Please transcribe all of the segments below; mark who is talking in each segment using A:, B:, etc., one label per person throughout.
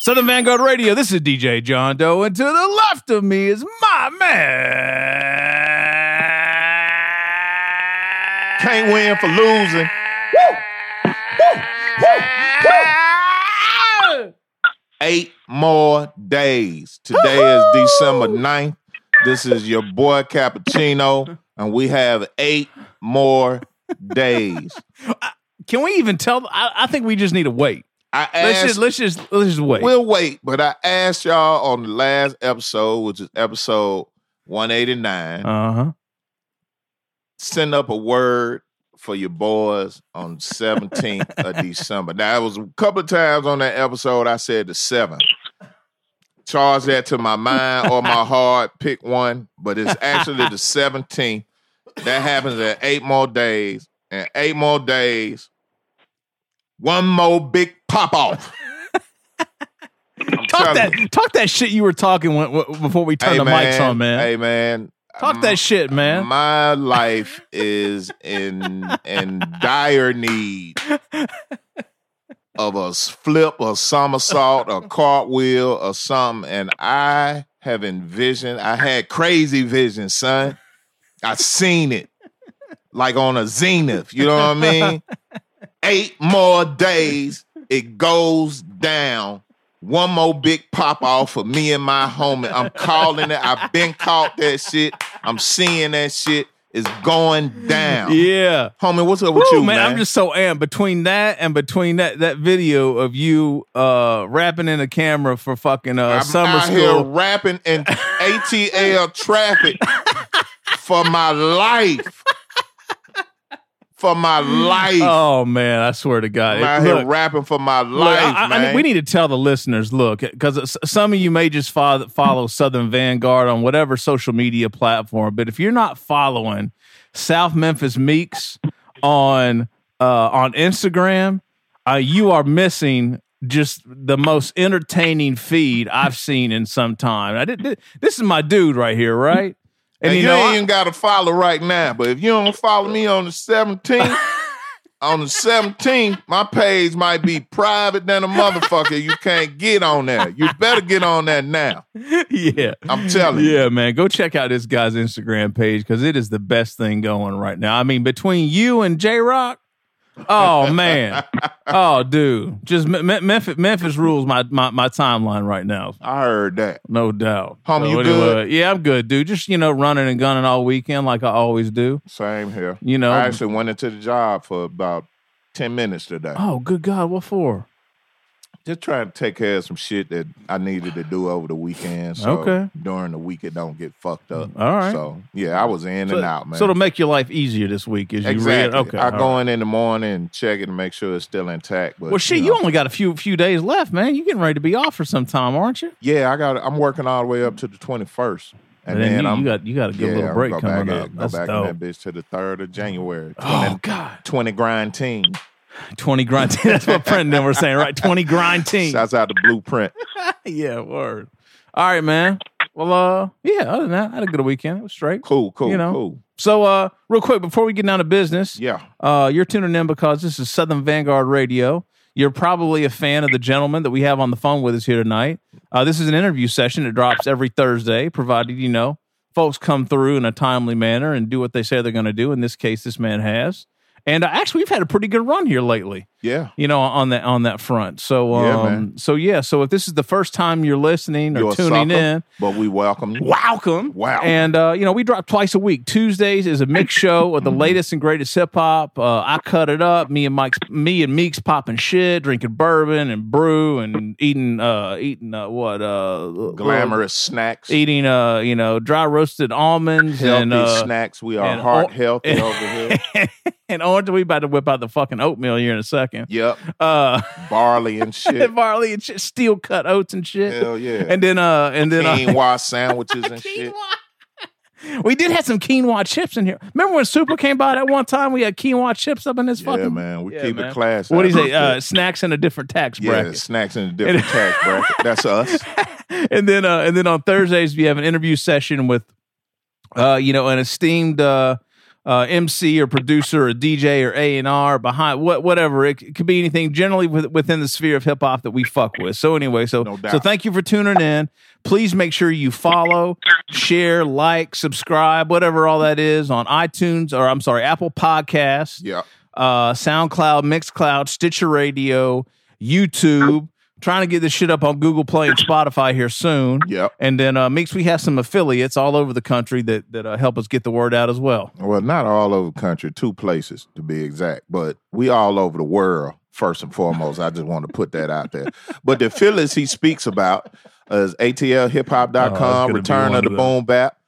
A: Southern Vanguard Radio. This is DJ John Doe, and to the left of me is my man.
B: Can't win for losing. Eight more days. Today is December 9th. This is your boy Cappuccino, and we have eight more days.
A: Can we even tell? I, I think we just need to wait.
B: I
A: Let's
B: asked,
A: just let's just let's just wait.
B: we'll wait, but I asked y'all on the last episode, which is episode 189.
A: Uh huh.
B: send up a word for your boys on 17th of December. Now, it was a couple of times on that episode I said the 7th. Charge that to my mind or my heart, pick one, but it's actually the 17th. That happens in eight more days. And eight more days, one more big pop off. I'm
A: Talk
B: telling
A: that
B: you.
A: talk that shit you were talking when, when- before we turned
B: Hey,
A: the mics on, man.
B: Hey, man.
A: talk that shit, man.
B: My life is in in dire need of a s- flip, a somersault, a cartwheel, or something. And I have envisioned, I had crazy vision, son. I seen it like on a zenith. You know what I mean? Eight more days, it goes down. One more big pop off for me and my homie. I'm calling it. I've been caught that shit. I'm seeing that shit. It's going down.
A: yeah.
B: Homie, what's up with
A: Woo,
B: you,
A: man,
B: man?
A: I'm just so amped between that and between that that video of you uh rapping in the camera for fucking uh
B: I'm
A: summer
B: out here
A: school.
B: rapping in ATL traffic for my life. For my life.
A: Oh man, I swear to God.
B: I'm
A: It-
B: out here
A: look,
B: rapping for my life,
A: look, I, I-
B: man.
A: I mean, we need to tell the listeners, look, because some of you may just follow, follow Southern Vanguard on whatever social media platform, but if you're not following South Memphis Meeks on uh, on Instagram, uh, you are missing just the most entertaining feed I've seen in some time. I did, this is my dude right here, right?
B: And you,
A: I-
B: ain't even got to follow right now. But if you don't follow me on the 17th, on the 17th, my page might be private than a motherfucker. You can't get on there. You better get on there now.
A: yeah.
B: I'm telling you.
A: Yeah, man. Go check out this guy's Instagram page because it is the best thing going right now. I mean, between you and J Rock, oh man, oh dude, just Me- Me- Memphis, Memphis rules my, my my timeline right now,
B: I heard that.
A: no doubt.
B: Homie, you good?
A: Yeah, I'm good, dude. Just you know, running and gunning all weekend like I always do.
B: Same here.
A: You know.
B: I actually went into the job for about 10 minutes today.
A: Oh, good God, what for?
B: Just trying to take care of some shit that I needed to do over the weekend. So
A: Okay.
B: during the week it don't get fucked up.
A: All right.
B: So yeah, I was in
A: So,
B: and out, man.
A: so to make your life easier this week is you
B: exactly.
A: read. Okay,
B: I
A: all
B: go
A: right.
B: in in the morning and check it and make sure it's still intact. But
A: Well, shit,
B: know.
A: you only got a few few days left, man. You getting ready to be off for some time, aren't you?
B: Yeah, I got. I'm working all the way up to the 21st,
A: And, then, you, you got you got a good little
B: I'm
A: break
B: go
A: coming
B: back
A: up.
B: in-
A: That's
B: go back
A: dope.
B: in that bitch to the third of January. 20,
A: Oh God,
B: 20 grind team.
A: twenty grind. team. That's what Print and we're saying, right? Twenty grind team.
B: Shouts out to Blueprint.
A: yeah, word. All right, man. Well, uh, yeah. Other than that, I had a good weekend. It was straight.
B: Cool, cool,
A: You know.
B: cool.
A: So, uh, real quick before we get down to business,
B: Yeah,
A: uh, you're tuning in because this is Southern Vanguard Radio. You're probably a fan of the gentleman that we have on the phone with us here tonight. Uh, this is an interview session that drops every Thursday, provided you know folks come through in a timely manner and do what they say they're going to do. In this case, this man has. And uh, actually, we've had a pretty good run here lately,
B: yeah.
A: you know, on that on that front. So, um,
B: Yeah, man.
A: so yeah. So if this is the first time you're listening or
B: You're a
A: tuning
B: sucker,
A: in,
B: but we welcome you.
A: Welcome.
B: Wow.
A: And uh, you know, we drop twice a week. Tuesdays is a mix show of the latest and greatest hip hop. Uh, I cut it up. Me and Mike's, me and Meeks popping shit, drinking bourbon and brew and eating, uh, eating uh, what? Uh,
B: Glamorous snacks,
A: Eating, uh, you know, dry roasted almonds
B: healthy
A: and uh,
B: snacks. We are
A: and
B: heart
A: all-
B: healthy over here.
A: and orange. We about to whip out the fucking oatmeal here in a second.
B: Yep,
A: Uh,
B: barley and shit.
A: barley and shit, steel cut oats and shit.
B: Hell yeah.
A: And then, uh, and then uh,
B: Quinoa sandwiches and shit.
A: Quinoa. We did have some quinoa chips in here. Remember when Super came by that one time? We had quinoa chips up in this
B: Yeah,
A: fucking.
B: man. We
A: Yeah,
B: keep
A: man.
B: it classy.
A: What do you
B: That's
A: say? Uh, snacks in a different tax
B: Yeah,
A: bracket.
B: snacks in a different tax bracket. That's us.
A: And then, uh, and then on Thursdays we have an interview session with, uh, you know, an esteemed uh, uh, MC or producer or DJ or A and R behind what whatever it, c- could be anything generally with, within the sphere of hip hop that we fuck with. So anyway, so
B: No doubt.
A: so thank you for tuning in. Please make sure you follow, share, like, subscribe, whatever all that is on iTunes or I'm sorry, Apple Podcasts
B: Yeah.
A: uh, SoundCloud, Mixcloud, Stitcher Radio, YouTube. Trying to get this shit up on Google Play and Spotify here soon.
B: Yep.
A: And then uh, Meeks, we have some affiliates all over the country that that uh, help us get the word out as well.
B: Well, not all over the country, two places to be exact, but we all over the world, first and foremost. I just want to put that out there. But the Phillies he speaks about is
A: Oh, it's
B: atlhiphop.com,
A: gonna be
B: Return
A: one
B: of
A: of
B: the Boom Bap,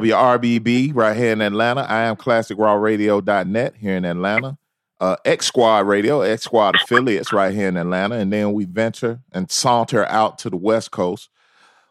B: WRBB right here in Atlanta. I am classicrawradio.net here in Atlanta. Uh, X Squad Radio, X Squad affiliates right here in Atlanta. And then we venture and saunter out to the West Coast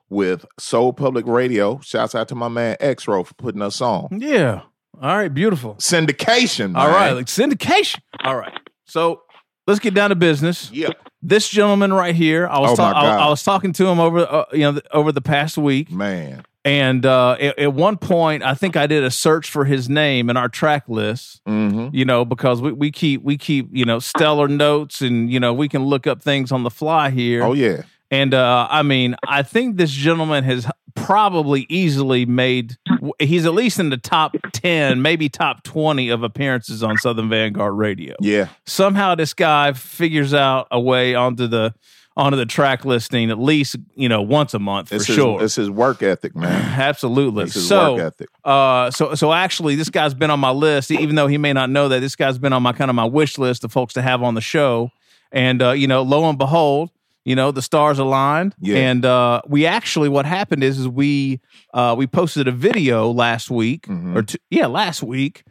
B: with Soul Public Radio. Shouts out to my man X Row for putting us on
A: Yeah. All right. Beautiful.
B: syndication.
A: All
B: man.
A: right. Like syndication. All right. So let's get down to business.
B: yeah.
A: This gentleman right here, I was
B: Oh, my
A: ta- I,
B: God.
A: I was talking to him over uh, you know th- over the past week.
B: Man.
A: And uh, at, at one point, I think I did a search for his name in our track list,
B: Mm-hmm.
A: you know, because we, we keep we keep you know stellar notes, and you know we can look up things on the fly here.
B: Oh yeah.
A: And uh, I mean, I think this gentleman has probably easily made. He's at least in the top ten, maybe top twenty of appearances on Southern Vanguard Radio.
B: Yeah.
A: Somehow, this guy figures out a way onto the onto the track listing at least you know once a month for
B: It's his,
A: sure.
B: It's his work ethic, man.
A: Absolutely.
B: It's his
A: so,
B: work ethic.
A: uh, so, so actually, this guy's been on my list, e-, even though he may not know that. This guy's been on my kind of my wish list of folks to have on the show, and uh, you know, lo and behold, you know, the stars aligned,
B: Yeah.
A: and uh, we actually what happened is, is we uh, we posted a video last week
B: Mhm.
A: or two, yeah, last week.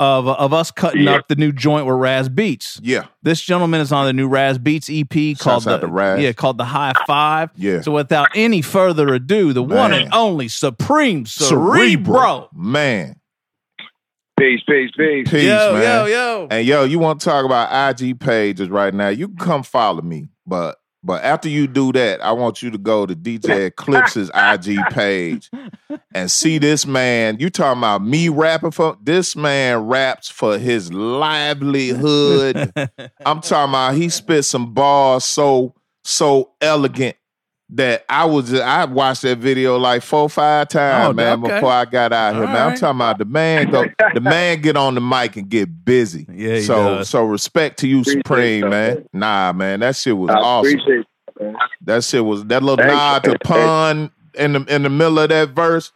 A: Of, of us cutting up the new joint with Raz Beats.
B: Yeah.
A: This gentleman is on the new Raz Beats EP called
B: Shouts out
A: the
B: to Raz.
A: yeah called the High Five.
B: Yeah.
A: So without any further ado, the one
B: Man.
A: and only Supreme Cerebro.
B: Man.
C: Peace, peace, peace.
B: Peace,
A: yo,
B: man.
A: yo, yo,
B: And yo, you want to talk about IG pages right now? You can come follow me, but but after you do that, I want you to go to DJ Eclipse's IG page and see this man. You talking about me rapping for this man raps for his livelihood. I'm talking about he spit some bars so so elegant that I was I watched that video like four five times,
A: Oh,
B: man,
A: okay.
B: before I got out here,
A: All
B: man. I'm
A: right.
B: talking about the man go the man get on the mic and get busy.
A: Yeah, he
B: so
A: does.
B: so respect to you,
C: Appreciate
B: Supreme,
C: that,
B: man.
C: man.
B: Nah, man, that shit was
C: I
B: awesome.
C: appreciate that, man.
B: That shit was that little
C: Thank you.
B: nod to pun in the in the middle of that verse.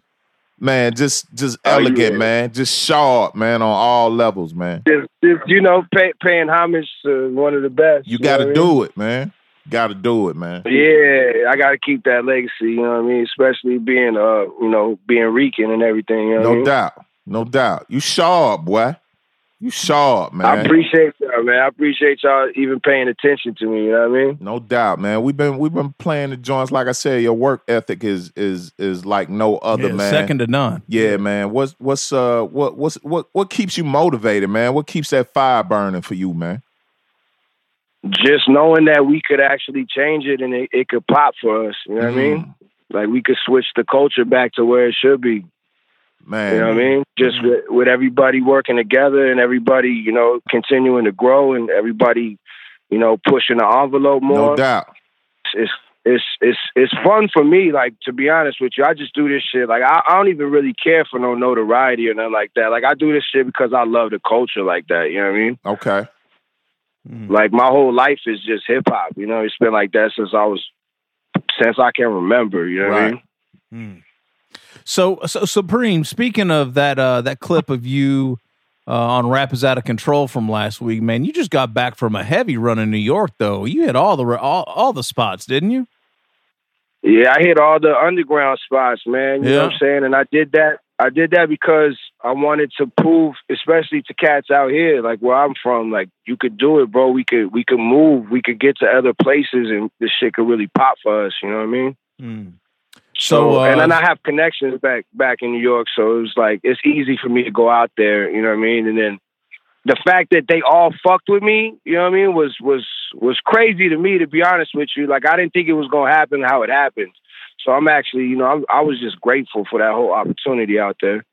B: Man, just just
C: Oh,
B: elegant,
C: yeah.
B: man. Just sharp, man, on all levels, man.
C: Just, just you know, pay, paying homage to one of the best.
B: You
C: know
B: gotta
C: what
B: do it, man. Gotta do it, man.
C: I mean? Yeah, I gotta keep that legacy. You know what I mean? Especially being, uh, you know, being Rican and everything. You know what I
B: No
C: mean?
B: doubt. No doubt. You sharp, boy. You sharp, man.
C: I appreciate y'all, man. I appreciate y'all even paying attention to me. You know what I mean?
B: No doubt, man. We've been we've been playing the joints. Like I said, your work ethic is is is like no other,
A: Yeah,
B: man.
A: second to none.
B: yeah, man. What's what's uh what what's what what keeps you motivated, man? What keeps that fire burning for you, man?
C: Just knowing that we could actually change it and it, it could pop for us. You know what I mean?
B: Mm-hmm.
C: Like we could switch the culture back to where it should be.
B: Man,
C: You know what I mean? Just
B: Mm-hmm.
C: with, with everybody working together and everybody, you know, continuing to grow and everybody, you know, pushing the envelope more.
B: no doubt.
C: It's it's it's it's fun for me. Like to be honest with you, I just do this shit. Like I, I don't even really care for no notoriety or nothing like that. Like I do this shit because I love the culture like that. You know what I mean?
B: Okay. Mm-hmm.
A: Mhm.
C: Like my whole life is just hip hop. You know, it's been like that since I was since I can remember. You know what I
B: Right.
A: Mm.
C: mean?
A: So, so Supreme. Speaking of that, uh, that clip of you uh, on "Rap Is Out of Control" from last week, man. You just got back from a heavy run in New York, though. You hit all the all, all the spots, didn't you?
C: Yeah, I hit all the underground spots, man. You
A: Yeah.
C: know what I'm saying? And I did that. I did that because I wanted to prove, especially to cats out here, like where I'm from, like you could do it, bro. We could, we could move. We could get to other places, and this shit could really pop for us. You know what I mean?
A: So, uh,
C: and then I have connections back back in New York, so it was like it's easy for me to go out there. You know what I mean? And then the fact that they all fucked with me, you know what I mean, was was was crazy to me. To be honest with you, like I didn't think it was gonna happen how it happened. So I'm actually, you know, I'm, I was just grateful for that whole opportunity out there.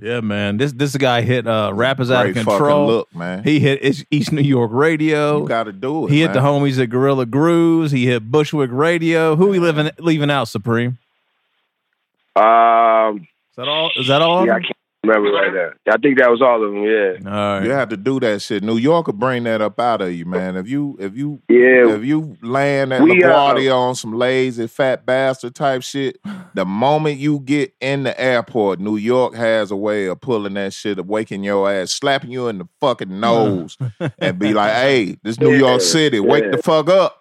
A: Yeah, man. This this guy hit uh rappers out of
B: Great fucking
A: control.
B: look, man.
A: He hit East- East New York radio.
B: you got to do it.
A: He hit
B: man.
A: the homies at Gorilla Grooves. He hit Bushwick Radio. Who we living leaving out? Supreme.
C: Um,
A: Is that all? Is that all? of
C: yeah, I
A: them?
C: can't remember right now. I think that was all of them. Yeah,
A: All right.
B: You have to do that shit. New York will bring that up out of you, man. If you if you
C: yeah.
B: if you land at
C: We, uh,
B: LaGuardia on some lazy fat bastard type shit, the moment you get in the airport, New York has a way of pulling that shit, of waking your ass, slapping you in the fucking nose, and be like, "Hey, this New York
C: Yeah,
B: City, wake
C: yeah.
B: the fuck up.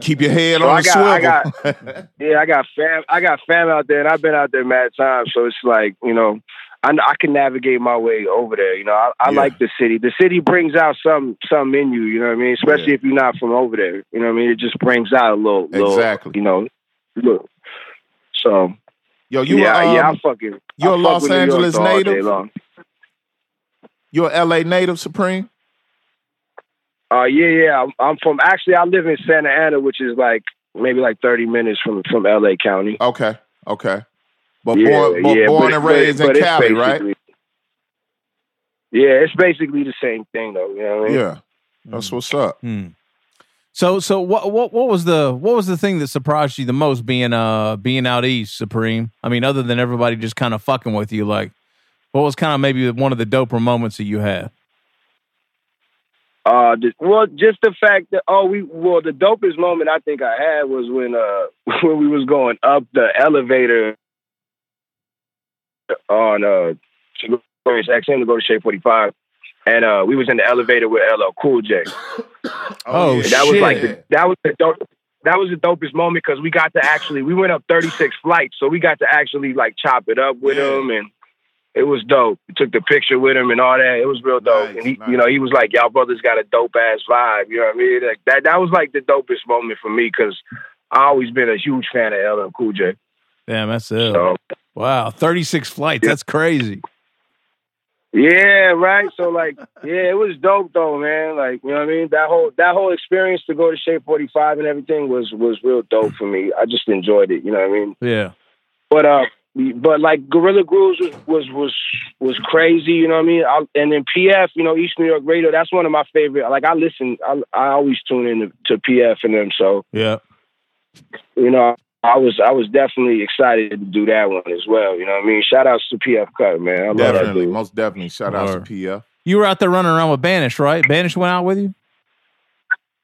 B: Keep your head
C: Well,
B: on
C: I
B: the
C: got- I got-
B: swivel."
C: Yeah, I got fam. I got fam out there, and I've been out there mad times. So it's like you know, I I can navigate my way over there. You know, I, I
B: Yeah.
C: like the city. The city brings out some some in you. You know what I mean? Especially
B: Yeah.
C: if you're not from over there. You know what I mean? It just brings out a little, little
B: Exactly.
C: You know, look. So
B: Yo, you
C: yeah,
B: are
C: yeah, I fucking.
B: you're
C: I
B: a
C: fuck
B: Los
C: with New York
B: Angeles
C: all day
B: native?
C: long.
B: you're a LA native, Supreme.
C: Uh, yeah, yeah. I'm, I'm from actually. I live in Santa Ana, which is like maybe like 30 minutes from from L.A. County.
B: Okay, okay, but
C: yeah,
B: born but
C: yeah,
B: born
C: but-
B: and raised
C: but-
B: in
C: but it's
B: Cali, right?
C: basically- Yeah, it's basically the same thing, though. You know what I mean?
B: Yeah, that's what's up.
A: Hmm. So so what what what was the what was the thing that surprised you the most being uh being out east Supreme? I mean, other than everybody just kind of fucking with you, like what was kind of maybe one of the doper moments that you had?
C: Uh, just, well, just the fact that oh, we well, the dopest moment I think I had was when uh when we was going up the elevator on uh to go to XM to go to Shape Forty Five, and uh we was in the elevator with LL Cool J.
A: Oh,
B: yeah.
C: That was like
A: Shit.
C: the, that was the dope. That was the dopest moment because we got to actually we went up 36 flights, so we got to actually like chop it up with
B: Yeah.
C: him, and it was dope. We took the picture with him and all that. It was real dope.
B: Nice,
C: and he,
B: nice.
C: you know, he was like, "Y'all brothers got a dope ass vibe." You know what I mean? Like that. That was like the dopest moment for me because I always been a huge fan of LL Cool J.
A: Damn, that's
C: So.
A: it. Wow, thirty six flights. That's crazy.
C: Yeah, right. So like, yeah, it was dope though, man. Like, you know what I mean? That whole that whole experience to go to Shape Forty Five and everything was was real dope for me. I just enjoyed it. You know what I mean?
A: Yeah.
C: But uh, but like Gorilla Grooves was was was, was crazy. You know what I mean? I, and then PF, you know, East New York Radio. That's one of my favorite. Like I listen, I I always tune in to, to PF and them. So
A: Yeah.
C: you know. I was I was definitely excited to do that one as well. You know what I mean? Shout outs to PF Cut, man. I love that
B: Definitely,
C: dude.
B: most definitely. Shout out to
A: Word.
B: PF.
A: You were out there running around with Banish, right? Banish went out with you?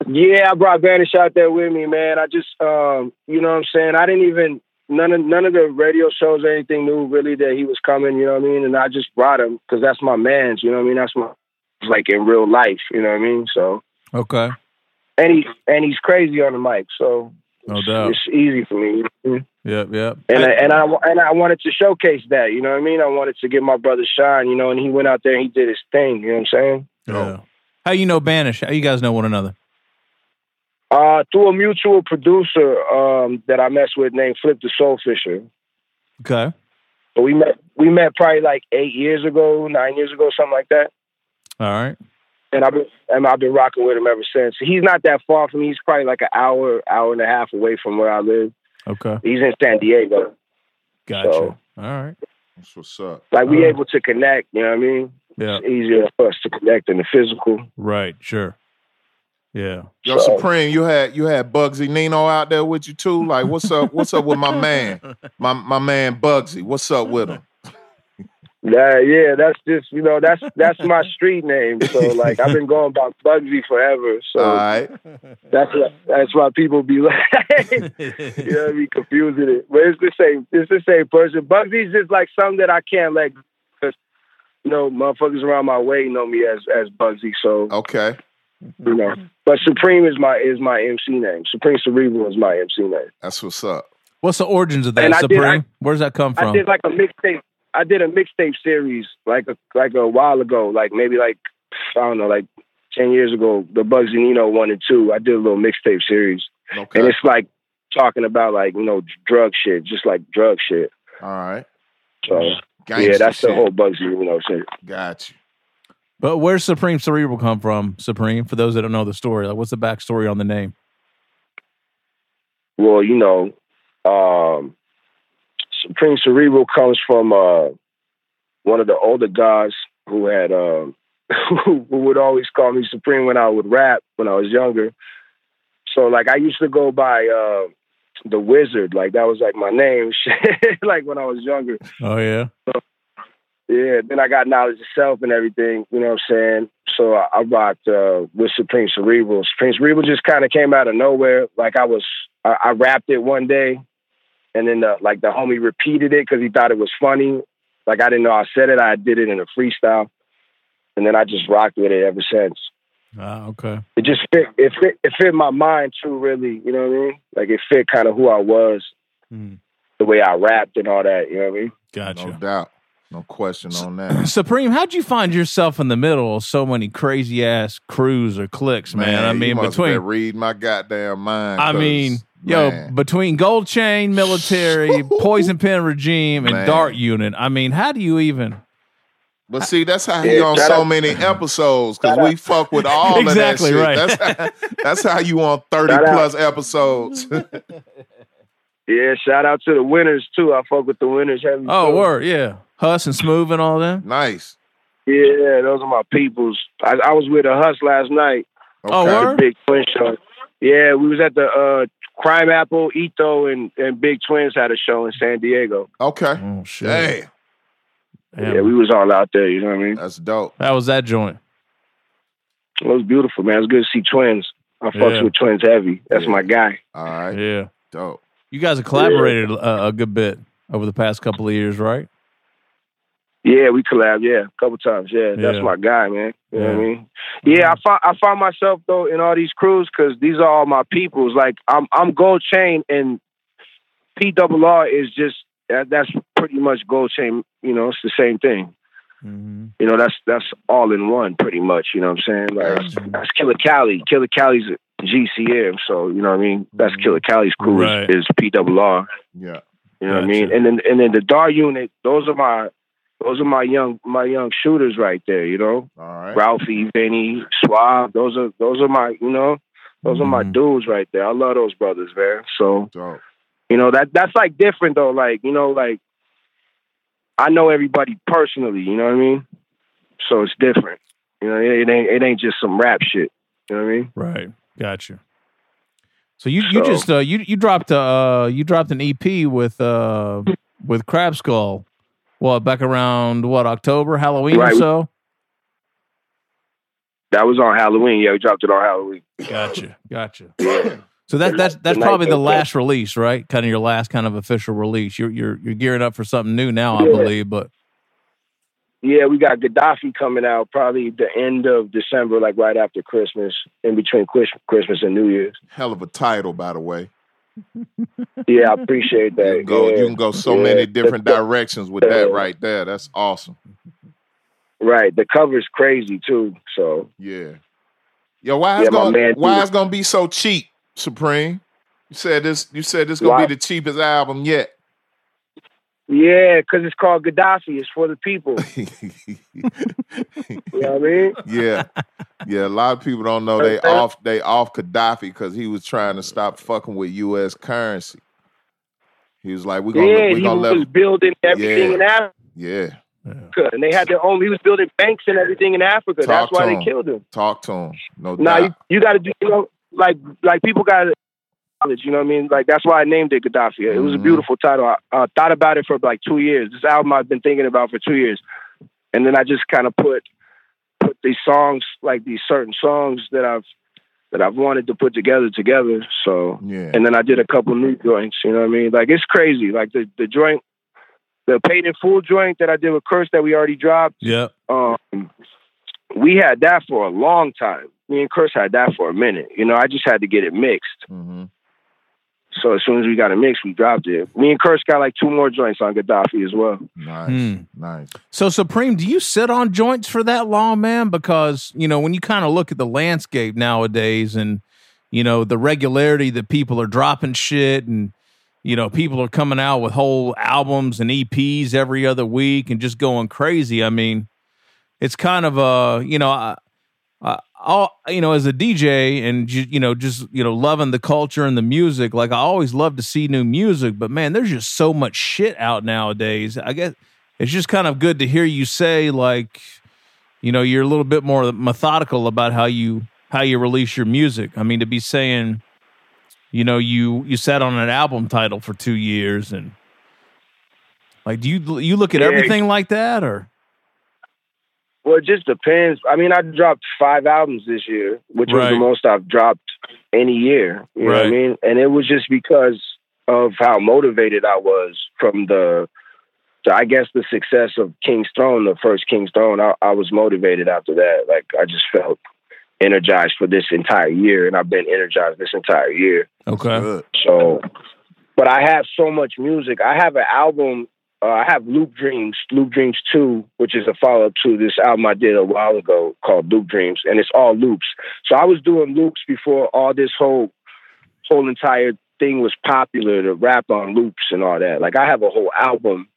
C: Yeah, I brought Vanish out there with me, man. I just, um, you know what I'm saying? I didn't even none of none of the radio shows or anything knew really that he was coming. You know what I mean? And I just brought him because that's my man's. You know what I mean? That's my like in real life. You know what I mean? So
A: Okay.
C: and he and he's crazy on the mic, so
A: No
C: it's,
A: doubt.
C: it's easy for me. And
A: Yep, yep.
C: I, and I and I wanted to showcase that. You know what I mean? I wanted to give my brother shine. You know, and he went out there and he did his thing. You know what I'm saying?
A: Yeah. How you know Banish? How you guys know one another?
C: Uh, through a mutual producer um, that I mess with named Flip the Soul Fisher.
A: Okay.
C: But we met we met probably like eight years ago, nine years ago, something like that.
A: All right.
C: And I've been and I've been rocking with him ever since. He's not that far from me. He's probably like an hour, hour and a half away from where I live.
A: Okay.
C: He's in San Diego.
A: Gotcha.
C: So-
A: All right.
B: That's what's up.
C: Like we
A: Uh-huh.
C: able to connect, you know what I mean?
A: Yeah.
C: It's easier for us to connect in the physical.
A: Right. Sure. Yeah.
B: Yo,
C: So-
B: Supreme, you had you had Bugsy Nino out there with you too. Like, what's up? What's up with my man? My my man Bugsy. What's up with him?
C: Yeah, yeah, that's just you know, that's that's my street name. So like I've been going by Bugsy forever. So
B: All
A: Uh,
B: right.
C: that's why- that's why people be like You know what I mean? Confusing it. But it's the same. It's the same person. Bugsy's just like something that I can't let. Cause you know, motherfuckers around my way know me as as Bugsy. So
B: Okay.
C: you know. But Supreme is my is my MC name. Supreme Cerebral is my MC name.
B: That's what's up.
A: What's the origins of that,
C: And I did-
A: Supreme?
C: I-
A: Where's that come
C: I
A: from?
C: did like a mixtape. I did a mixtape series like a like a while ago. Like maybe like I don't know, like ten years ago. The Bugsy Nino one and two. I did a little mixtape series, and
B: Okay.
C: it's like talking about like you know drug shit, just like drug shit.
B: All right.
C: So.
B: Gangsta
C: yeah, that's the
B: shit.
C: whole Bugsy, you know. Shit.
B: Got you.
A: But where's Supreme Cerebral come from, Supreme? For those that don't know the story, like what's the backstory on the name?
C: Well, you know, um, Supreme Cerebral comes from uh, one of the older guys who had um, who would always call me Supreme when I would rap when I was younger. So like I used to go by uh, the Wizard, like that was like my name, like when I was younger.
A: Oh yeah.
C: Yeah, then I got knowledge of self and everything, you know what I'm saying? So I, I rocked uh, with Supreme Cerebral. Supreme Cerebral just kind of came out of nowhere. Like I was, I, I rapped it one day, and then the, like the homie repeated it because he thought it was funny. Like I didn't know I said it, I did it in a freestyle, and then I just rocked with it ever since.
A: Ah, okay.
C: It just fit, it fit, it fit my mind too, really. You know what I mean? Like it fit kind of who I was,
A: Hmm.
C: the way I rapped and all that. You know what I mean?
A: Gotcha.
B: No doubt. No question on that.
A: Supreme, how'd you find yourself in the middle of so many crazy ass crews or cliques, man? I
B: you
A: mean,
B: must
A: between
B: have been read my goddamn mind.
A: I
B: 'cause,
A: mean, yo,
B: man,
A: between Gold Chain Military, Poison Pen Regime, and
B: Man.
A: Dart Unit. I mean, how do you even?
B: but see, that's how he
C: Yeah,
B: on
C: shout
B: so
C: out-
B: many episodes because
C: Shout out-
B: we fuck with all
A: Exactly
B: of
A: right.
B: that shit. That's, that's how you on thirty
C: Shout out.
B: plus episodes.
C: Yeah, shout out to the winners too. I fuck with the winners heavy.
A: Oh,
C: too.
A: word, yeah. Huss and Smooth and all them.
B: nice.
C: Yeah, those are my peoples. I, I was with a Hus last night,
A: Oh, word?
C: Big Twin show. Yeah, we was at the uh, Crime Apple, Ito, and, and Big Twins had a show in San Diego.
B: Okay.
A: Oh shit.
B: Hey,
A: Damn.
C: Yeah, we was all out there. You know what I mean?
B: that's dope.
A: that was that joint.
C: It was beautiful, man. It was good to see Twins. I fucks
A: Yeah.
C: with Twins heavy. That's
B: Yeah.
C: my guy.
B: All right,
A: Yeah.
B: dope.
A: You guys have collaborated uh, a good bit over the past couple of years, right?
C: Yeah, we collab. Yeah, a couple times. Yeah,
A: Yeah.
C: that's my guy, man. You know what I
A: Yeah.
C: mean? Yeah, I find I find myself though in all these crews because these are all my peoples. Like I'm I'm Gold Chain and P Double R is just that, that's pretty much Gold Chain. You know, it's the same thing.
A: Mm-hmm.
C: You know, that's that's all in one pretty much. You know what I'm saying? Like
A: Mhm.
C: that's Killer Cali. Killer Cali's GCM. So you know what I mean? That's
A: Mhm.
C: Killer Cali's crew is-
A: Right.
C: is, P Double R.
B: Yeah.
C: You know what
A: Gotcha.
C: I mean? And then and then the DAR unit, those are my those are my young my young shooters right there, you know?
B: All right.
C: Ralphie, Vinny, Swab, those are those are my you know, those are my
A: Mhm.
C: dudes right there. I love those brothers, man. So,
B: Dope.
C: you know, that that's like different though, like, you know, like I know everybody personally, you know what I mean? So it's different. You know, it it ain't it ain't just some rap shit. You know what I mean?
A: Right. Gotcha. So you you
C: So-
A: just uh, you you dropped uh you dropped an EP with uh with Crab Skull, what back around what October Halloween
C: Right.
A: or so?
C: That was on Halloween. Yeah, we dropped it on Halloween.
A: Gotcha, gotcha.
C: Yeah.
A: So that that's that's
C: The night
A: probably the
C: before.
A: last release, right? Kind of your last kind of official release. You're you're you're gearing up for something new now, I
C: Yeah.
A: believe. But
C: Yeah, we got Gaddafi coming out probably the end of December, like right after Christmas, in between Chris- Christmas and New Year's.
B: Hell of a title, by the way.
C: Yeah, I appreciate
B: You
C: that.
B: can go.
C: yeah.
B: You can go so
C: Yeah.
B: many different
C: The- the-
B: directions with that right there. That's awesome.
C: Right, the cover's crazy too. So
B: Yeah. Yo, why
C: Yeah,
B: it's
C: my
B: gonna
C: man,
B: why
C: too.
B: it's gonna be so cheap, Supreme? You said this. You said this gonna
C: Why?
B: be the cheapest album yet.
C: yeah, because it's called Gaddafi. It's for the people. You know what I mean?
B: yeah, yeah. A lot of people don't know they off they off Gaddafi because he was trying to stop fucking with U.S. currency. He was like, "We're gonna
C: yeah,
B: we're
C: he
B: gonna let
C: was building everything
B: Yeah.
C: in Africa,
B: yeah
A: yeah.
C: and they had their own. He was building banks and everything in Africa.
B: Talk
C: That's why
B: to
C: they
B: him.
C: killed him.
B: talk to him. No
C: Now
B: doubt.
C: you, you got to do, you know, like like people got to knowledge. You know what I mean? Like that's why I named it Gaddafi. It was a
B: Mhm.
C: beautiful title. I, I thought about it for like two years. This album I've been thinking about for two years, and then I just kind of put put these songs, like these certain songs that I've that I've wanted to put together together. So
B: yeah,
C: and then I did a couple new joints. You know what I mean? Like it's crazy. Like the the joint, the paid in full joint that I did with Curse that we already dropped
A: Yep.
C: um, we had that for a long time. Me and Curse had that for a minute. You know, I just had to get it mixed.
B: hmm
C: So as soon as we got it mixed, we dropped it. Me and Curse got like two more joints on Gaddafi as well.
B: nice,
A: Hmm.
B: nice.
A: So Supreme, do you sit on joints for that long, man? Because you know when you kind of look at the landscape nowadays, and you know the regularity that people are dropping shit, and you know people are coming out with whole albums and EPs every other week and just going crazy. I mean, it's kind of uh, you know I, I, all you know as a DJ and ju- you know just you know loving the culture and the music. Like I always love to see new music, but man, there's just so much shit out nowadays. I guess it's just kind of good to hear you say like you know you're a little bit more methodical about how you how you release your music i mean to be saying you know you you sat on an album title for two years and like do you you look at
C: Yeah.
A: everything like that or
C: Well, it just depends. I mean, I dropped five albums this year, which was
A: Right.
C: the most I've dropped any year. You know what I
A: Right.
C: mean? And it was just because of how motivated I was from the, the I guess, the success of King's Throne, the first King's Throne. I, I was motivated after that. Like, I just felt energized for this entire year, and I've been energized this entire year.
A: okay
B: Good.
C: So, but I have so much music. I have an album. Uh, I have Loop Dreams, Loop Dreams Two, which is a follow up to this album I did a while ago called Loop Dreams, and it's all loops. So I was doing loops before all this whole whole entire thing was popular to rap on loops and all that. Like I have a whole album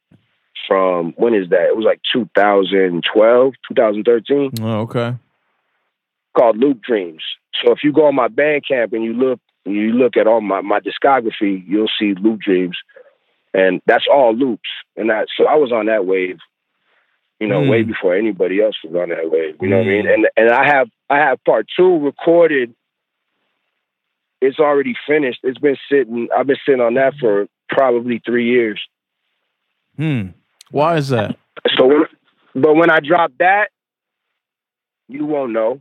C: from when is that? It was like 2012, 2013
A: oh, okay
C: called Loop Dreams. So if you go on my Bandcamp and you look you look at all my, my discography, you'll see Loop Dreams, and that's all loops. And that so I was on that wave, you know,
A: Mm.
C: way before anybody else was on that wave. You know what I mean?
A: Mm.
C: And and I have I have part two recorded. It's already finished. It's been sitting. I've been sitting on that for probably three years.
A: hmm why is that
C: So, when, but when I drop that, you won't know.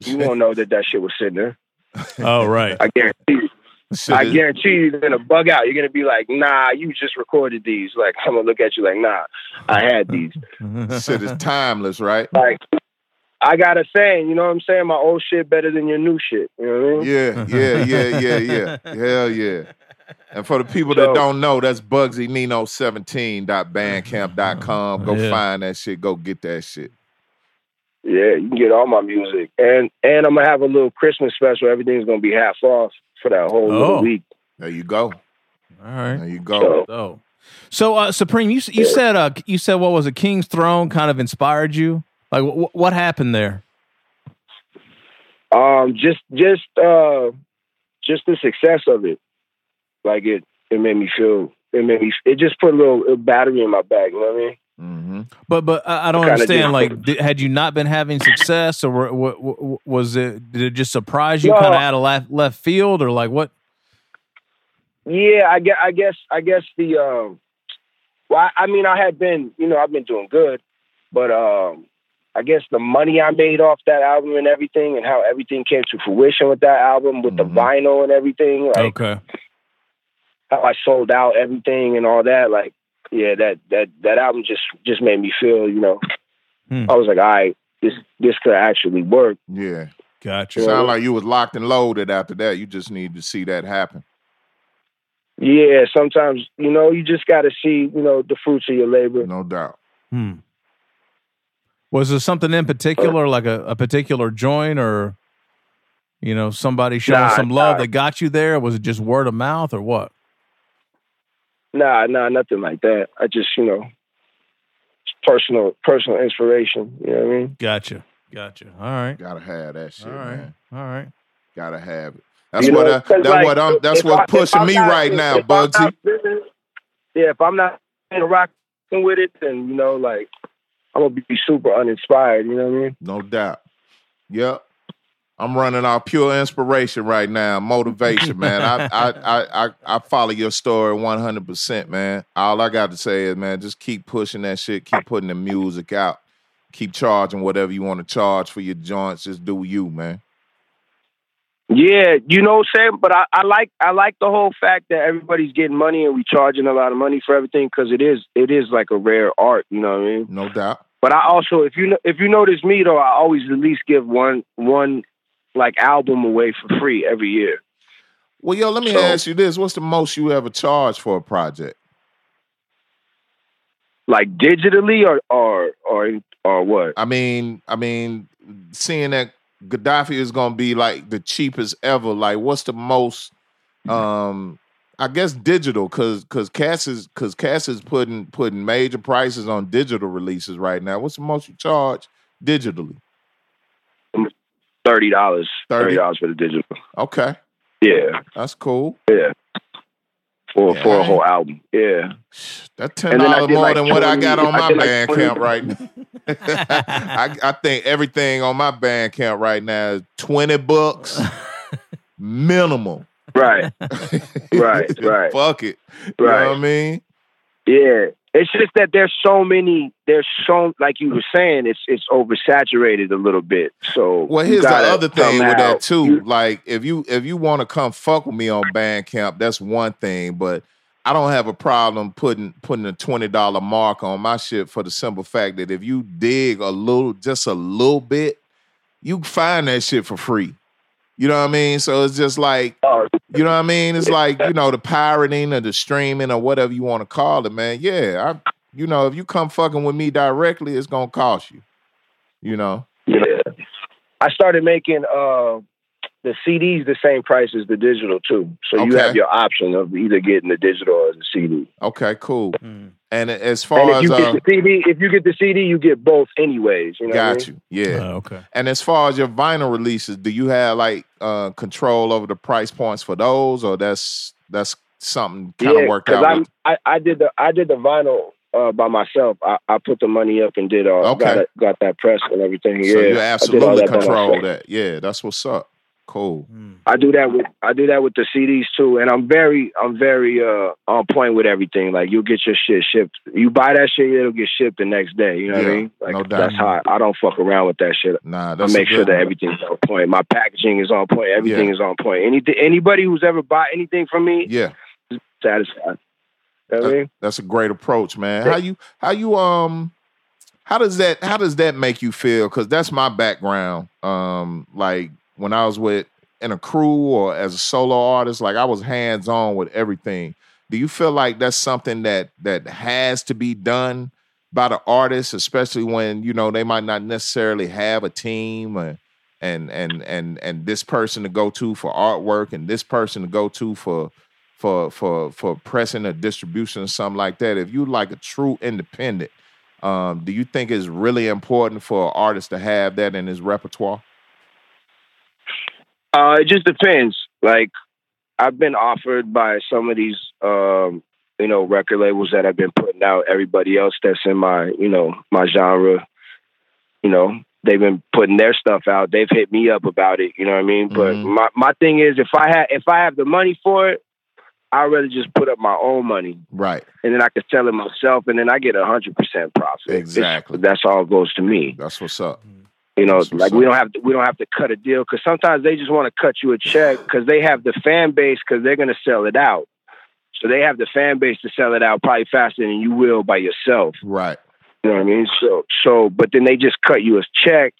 C: You won't know that that shit was sitting there.
A: oh right
C: I guarantee you.
B: Shit
C: I
B: is-
C: guarantee you, you're gonna bug out. You're gonna be like, "Nah, you just recorded these." Like, I'm gonna look at you like, "Nah, I had these."
B: shit is timeless, right?
C: Like, I got a saying, you know what I'm saying? My old shit better than your new shit. You know what I mean?
B: Yeah, yeah, yeah, yeah, yeah. Hell yeah. And for the people
C: So-
B: that don't know, that's Bugsy Nino17.bandcamp.com. Go
A: Yeah.
B: find that shit. Go get that shit.
C: Yeah, you can get all my music, and and I'm gonna have a little Christmas special. Everything's gonna be half off for that whole
A: Oh.
C: little week.
B: There you go.
A: all right
B: There you go.
A: Oh, so uh, Supreme, you s- you said uh, you said what was it? King's Throne kind of inspired you. Like wh- wh- what happened there?
C: Um, just just uh, just the success of it. Like it, it made me feel. It made me. It just put a little a battery in my back. You know what I mean?
B: hmm
A: But but uh, I, I don't
C: Kinda
A: understand.
C: did.
A: Like, did, had you not been having success, or were- wa- wa- was it did it just surprise you,
C: No.
A: kind of out of left, left field, or like what?
C: Yeah, I guess I guess I guess the um well I, I mean I had been, you know, I've been doing good, but um I guess the money I made off that album and everything and how everything came to fruition with that album with
B: Mhm.
C: the vinyl and everything, like
A: Okay,
C: how I sold out everything and all that, like yeah, that that that album just just made me feel, you know.
A: Hmm.
C: I was like, all right, this this could actually work.
B: Yeah.
A: gotcha.
C: Yeah.
B: Sound like you was locked and loaded after that. You just need to see that happen.
C: Yeah, sometimes, you know, you just gotta see, you know, the fruits of your labor.
B: No doubt.
A: Hmm. Was there something in
B: Uh,
A: particular, like a, a particular joint, or you know somebody showing
C: Nah,
A: some love
C: nah.
A: that got you there? Was it just word of mouth, or what?
C: Nah, nah, nothing like that. I just, you know, it's personal, personal inspiration. You know what I mean?
A: Gotcha, gotcha. All right,
B: Gotta have that shit,
A: all right,
B: man.
A: all right.
B: Gotta have it. That's
C: You
B: what
C: know,
B: I,
C: 'cause,
B: that's
C: like,
B: what I'm that's
C: if I-
B: what's
C: if
B: pushing
C: I'm
B: me
C: not-
B: right now,
C: if I'm
B: Bugsy.
C: not feeling- yeah, if I'm not in rocking with it, then you know, like, I'm gonna be super uninspired. You know what I mean?
B: No doubt. Yep. I'm running off pure inspiration right now, motivation, man. I, I I I I follow your story 100, percent man. All I got to say is, man, just keep pushing that shit, keep putting the music out, keep charging whatever you want to charge for your joints. Just do you, man.
C: Yeah, you know what I'm saying. But I, I like, I like the whole fact that everybody's getting money and we charging a lot of money for everything because it is, it is like a rare art. You know what I mean?
B: No doubt.
C: But I also, if you if you notice me though, I always at least give one one like album away for free every year.
B: Well, yo, let me
C: So-
B: ask you this: What's the most you ever charged for a project?
C: Like digitally or or or or what?
B: I mean, I mean, seeing that Gaddafi is gonna be like the cheapest ever, like what's the most um I guess digital cause cause Cass is cause Cass is putting putting major prices on digital releases right now. What's the most you charge digitally?
C: Thirty dollars.
B: Thirty.
C: Thirty dollars for the digital.
B: Okay.
C: Yeah.
B: That's cool.
C: Yeah. for for a
B: Yeah.
C: whole album. Yeah.
B: That ten
C: And then I
B: dollars
C: did
B: more
C: like
B: than what I got
C: 20
B: on
C: I
B: my
C: did like
B: band
C: 20
B: camp right now. I, I think everything on my band camp right now is twenty bucks minimum.
C: Right. Right, right.
B: Fuck it. You know
C: Right.
B: what I mean?
C: Yeah. It's just that there's so many there's so like you were saying, it's it's oversaturated a little bit. So
B: Well,
C: you
B: here's the
C: gotta
B: other thing with
C: somehow-
B: that too.
C: you-
B: like, if you if you want to come fuck with me on Bandcamp, that's one thing. But I don't have a problem putting putting a twenty dollar mark on my shit for the simple fact that if you dig a little, just a little bit, you can find that shit for free. You know what I mean? So it's just like
C: oh,
B: you know what I mean? It's like, you know, the pirating or the streaming or whatever you want to call it, man. Yeah, I you know, if you come fucking with me directly, it's gonna cost you. You know?
C: yeah. I started making uh the CDs the same price as the digital too. So you
B: Okay.
C: have your option of either getting the digital or the CD.
B: Okay, cool.
A: Mm.
B: And as
C: And
B: far
C: if
B: as
C: you
B: uh,
C: get the CD, if you get the CD, you get both anyways. You know what I mean?
B: got you, yeah.
A: Oh, okay.
B: And as far as your vinyl releases, do you have like uh control over the price points for those, or that's that's something kind of worked
C: 'cause
B: out?
C: I'm-
B: with-
C: I, I did the I did the vinyl uh, by myself. I, I put the money up and did all
B: Okay.
C: got that, got that press and everything.
B: so you
C: yeah, I did all
B: absolutely
C: that by
B: control
C: myself.
B: that. Yeah, that's what's up. Cool.
A: Mm.
C: I do that with I do that with the CDs too, and I'm very I'm very uh, on point with everything. Like you'll get your shit shipped. You buy that shit, it'll get shipped the next day. You know what
B: Yeah,
C: I mean? Like
B: no doubt.
C: that's how I, I don't fuck around with that shit.
B: Nah,
C: I
B: that's a
C: make sure
B: good
C: that
B: one.
C: everything's on point. My packaging is on point. Everything
B: Yeah.
C: is on point. Anything anybody who's ever bought anything from me,
B: Yeah.
C: satisfied. You know what I mean?
B: That's a great approach, man. How you how you um how does that how does that make you feel? Cause that's my background. Um, like when I was with in a crew or as a solo artist, like I was hands on with everything. Do you feel like that's something that that has to be done by the artist, especially when you know they might not necessarily have a team or and and and and this person to go to for artwork and this person to go to for for for for pressing or distribution or something like that. If you like a true independent, um, do you think it's really important for an artist to have that in his repertoire?
C: Uh, it just depends. Like I've been offered by some of these, um, you know, record labels that have been putting out everybody else that's in my, you know, my genre. You know, they've been putting their stuff out. They've hit me up about it. You know what I mean? But
B: Mhm.
C: my my thing is, if I had if I have the money for it, I'd rather just put up my own money
B: Right.
C: and then I could sell it myself, and then I get a hundred percent profit. It's-
B: Exactly.
C: that's all it goes to me.
B: That's what's up.
C: You know,
B: That's what's
C: like we
B: up.
C: don't have to, we don't have to cut a deal because sometimes they just want to cut you a check because they have the fan base because they're going to sell it out. So they have the fan base to sell it out probably faster than you will by yourself.
B: Right.
C: You know what I mean? So so, but then they just cut you a check,